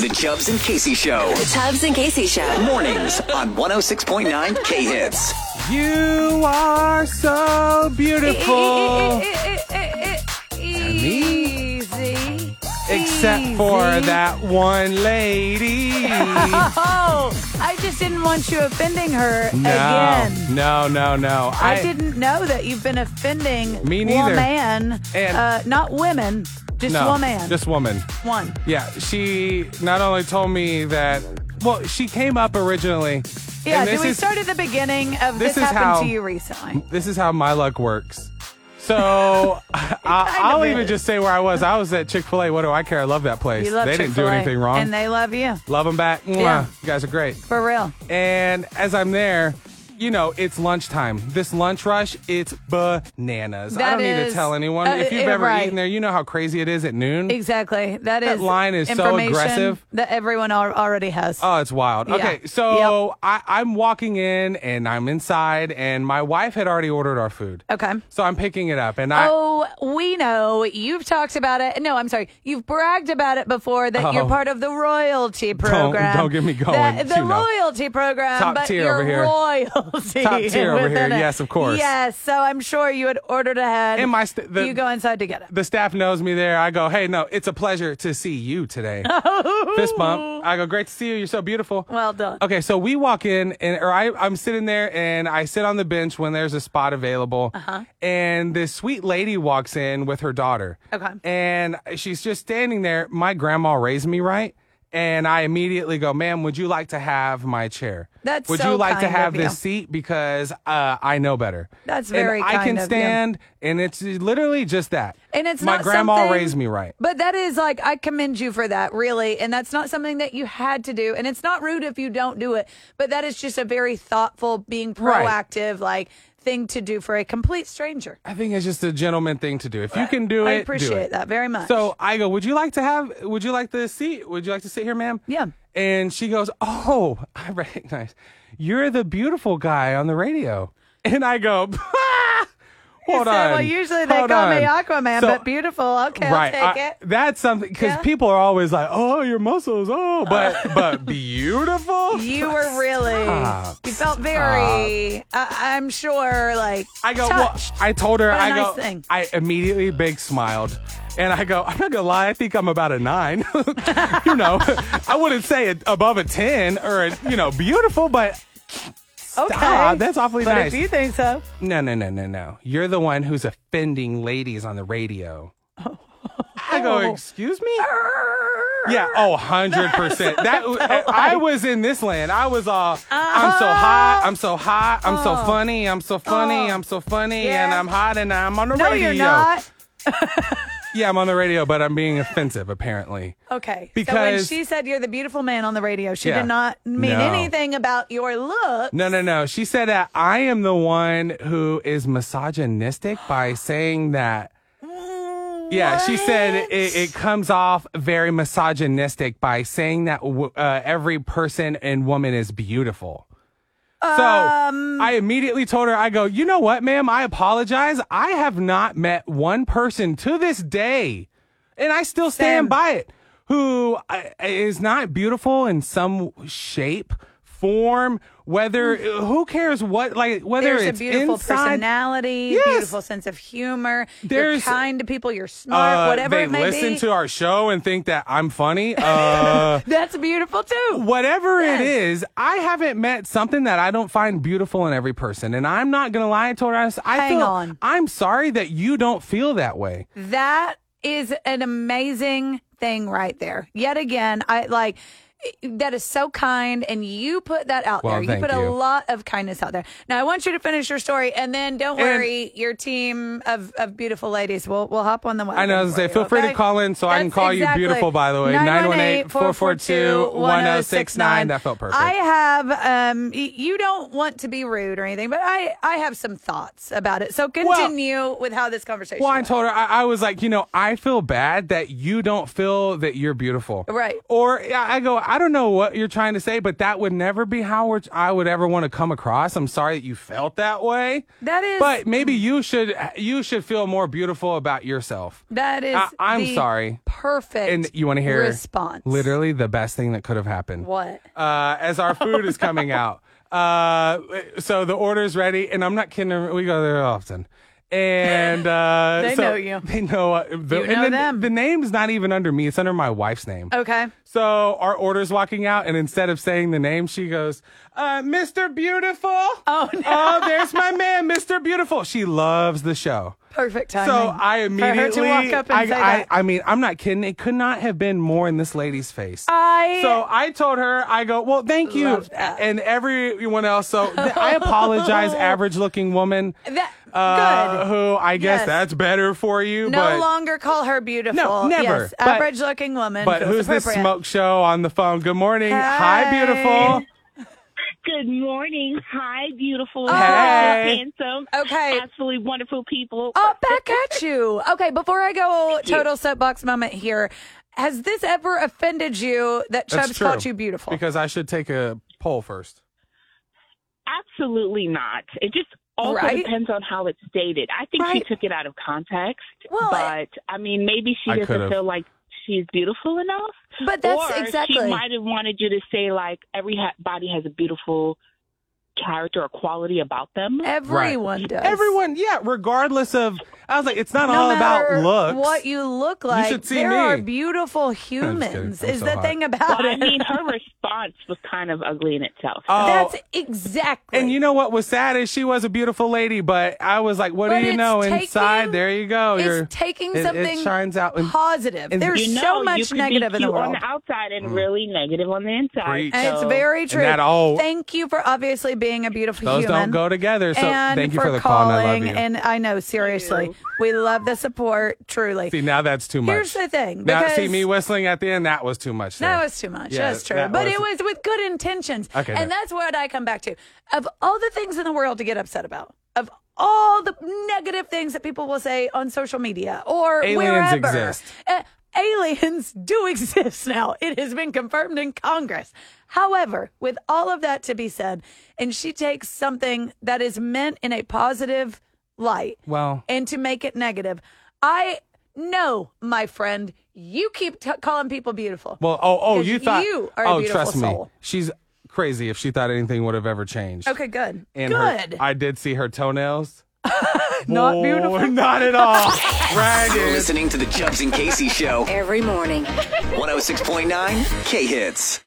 The Chubbs and Casey Show. The Tubbs and Casey Show. Mornings on 106.9 K Hits. You are so beautiful. Easy. Except for Easy. that one lady. Oh, I just didn't want you offending her again. no, no, no. I, didn't know that you've been offending Me neither. woman, And- uh, not women, just no, woman. Just woman. one. Yeah, she not only told me that. Well, she came up originally. Yeah, and this so we is- start at the beginning of this this, is happened how- to you recently. This is how my luck works. So I, I'll of even is. just say where I was. I was at Chick Fil A. What do I care? I love that place. You love they didn't do Chick-fil-A, anything wrong. And they love you. love them back. Mwah. Yeah. You guys are great. For real. And as I'm there, you know, it's lunchtime. This lunch rush, it's bananas. I That don't need to is- tell anyone. uh, if you've uh, ever right. eaten there, you know how crazy it is at noon. Exactly. That is line is so information aggressive. that everyone al- already has. Oh, it's wild. Yeah. Okay, so I, I'm walking in and I'm inside, and my wife had already ordered our food. Okay. So I'm picking it up, and I. Oh, we know. You've talked about it. No, I'm sorry. You've bragged about it before that Oh. you're part of the royalty program. don't get me going. That- the You know. royalty program, Top but tier you're over here. royalty. Top tier over within here. it. Yes, of course. Yes. So I'm sure you had ordered ahead. And my st- the- you go inside to get it. the staff knows me there. I go, hey, no, it's a pleasure to see you today. Fist bump. I go, great to see you. You're so beautiful. Oh. Well done. Okay, so we walk in, and or I, I'm sitting there, and I sit on the bench when there's a spot available. Uh-huh. And this sweet lady walks in with her daughter. Okay. And she's just standing there. My grandma raised me right, and I immediately go, ma'am, would you like to have my chair? That's would so you like to kind have of you. this seat because uh, I know better. That's And very I can kind of you. stand, and it's literally just that. And it's my not grandma something- raised me right. But that is like I commend you for that, really. And that's not something that you had to do. And it's not rude if you don't do it. But that is just a very thoughtful, being Right. proactive, like thing to do for a complete stranger. I think it's just a gentleman thing to do. If you can do it, I do appreciate it. that very much. So I go, would you like to have? Would you like the seat? Would you like to sit here, ma'am? Yeah. And she goes, oh, I recognize. You're the beautiful guy on the radio. And I go, hold said, on. well, usually they hold call me on." Aquaman, So- but beautiful. Okay, right. I'll I- take it. that's something because Yeah. people are always like, "Oh, your muscles, oh," but but beautiful. You were really, Stop. you felt very, I, I'm sure, like, I go, well, touched. I told her, What a I nice go, thing. I immediately big smiled. And I go, I'm not gonna lie, I think I'm about a nine. you know, I wouldn't say it above a 10 or, a, you know, beautiful, but okay. ah, that's awfully but nice. if you think so. no, no, no, no, no. You're the one who's offending ladies on the radio. I go, Oh. excuse me? Yeah, oh, 100%. That I was in this land. I was all, I'm Uh-huh. so hot, I'm so hot, I'm so funny, I'm so funny, I'm so funny, Oh. Yeah. and I'm hot, and I'm on the No, radio. you're not. Yeah, I'm on the radio, but I'm being offensive, apparently. Okay. so when Because- she said you're the beautiful man on the radio, she Yeah. did not mean No. anything about your look. No, no, no. She said that I am the one who is misogynistic by saying that. Yeah, she said it, it comes off very misogynistic by saying that w- uh, every person and woman is beautiful. So Um. I immediately told her, I go, you know what, ma'am? I apologize. I have not met one person to this day, and I still stand Same. by it, who uh, is not beautiful in some shape, form, whether who cares what, like whether Mm. There's a it's beautiful inside. personality, Yes. beautiful sense of humor. There's- you're kind to people. You're smart. uh, whatever they it may listen be. to our show and think that I'm funny. Uh, That's beautiful too. whatever Yes. it is, I haven't met something that I don't find beautiful in every person. And I'm not going to lie to her. I, I Hang feel, on. Mm. I'm sorry that you don't feel that way. That is an amazing thing right there. Yet again, I like that is so kind and you put that out Well, there. You thank put you. a lot of kindness out there. Now I want you to finish your story and then don't And- worry, your team of, of beautiful ladies will will hop on the way. I know, I was gonna say, feel free to call in so I can call you beautiful, by the way. 918-442-1069. That felt perfect. I have um y- you don't want to be rude or anything, but I I have some thoughts about it. So continue with how this conversation Well, I went. told her, I, I was like, you know, I feel bad that you don't feel that you're beautiful. Right. Or I I go, I, I don't know what you're trying to say, but that would never be how we're- I would ever want to come across. I'm sorry that you felt that way. That is- But maybe you should you should feel more beautiful about yourself. That is. I- I'm the sorry. Perfect. And you want to hear response? Literally the best thing that could have happened. What? Uh, as our food is coming out. Uh, so the order's ready, and I'm not kidding. We go there often, and uh, They so know you. They know uh, the, You and know the, them. Oh. The name's not even under me; it's under my wife's name. Okay. So our order's walking out, and instead of saying the name, she goes, uh, "Mr. Beautiful." Oh, no. Oh, there's my man, Mr. Beautiful. She loves the show. Perfect timing. So I immediately, for her to walk up and I, say I, that. I mean, I'm not kidding. It could not have been more in this lady's face. I- so I told her, I go, well, thank you, Love that. and everyone else. So th- I apologize, average-looking woman. That- uh, good. Who I guess Yes. that's better for you. no but, longer call her beautiful. No, never. Yes, But- average looking woman. But feels who's this appropriate. smoke show on the phone? Good morning. Hi, Hey. beautiful. Good morning. Hi, beautiful. Hey. Handsome. Okay. Absolutely wonderful people. Oh, back at you. Okay, before I go total soapbox moment here, has this ever offended you that That's Chubbs true, called you beautiful? Because I should take a poll first. Absolutely not. It just also Right? depends on how it's stated. I think she Right. took it out of context. Well, but I mean, maybe she I doesn't could've. feel like she's beautiful enough. But that's or exactly- She might have wanted you to say like every ha- body has a beautiful character or quality about them. Everyone does. Everyone, yeah, regardless of, I was like, it's not No all about matter looks. What you look like. should see there me. are beautiful humans. I'm Is so the hot. thing about Well, I it? mean, her response was kind of ugly in itself. Oh, that's exactly. And you know what was sad is she was a beautiful lady, but I was like, what But do you it's know? taking- Inside, there you go. it's You're- taking it- it something shines out. And positive. and- There's you know, so you much can negative be in the cute world. on the outside and really negative on the inside. Preach. And it's So- very true. that all- Thank you for obviously being a beautiful Those human. don't go together. So and thank you for, the calling. call. And I love you. And I know, seriously, we love the support. Truly, see, now that's too much. Here's the thing, Now, see because- me whistling at the end. That was too much. that there. was too much. Yeah, that's true, that but was- it was with good intentions. Okay, and no. that's what I come back to. Of all the things in the world to get upset about, of all the negative things that people will say on social media or Aliens wherever, exist. Uh, aliens do exist now. It has been confirmed in Congress. However, with all of that to be said, and she takes something that is meant in a positive light Well- and to make it negative. I know, my friend, you keep t- calling people beautiful. Well, oh, oh, Because you thought. you are a oh, beautiful trust soul. me. She's crazy if she thought anything would have ever changed. okay, good. And her- good. I did see her toenails. Not Boy, beautiful. Not at all. You're Ragged. listening to the Chubbs and Casey Show. Every morning. 106.9 K Hits.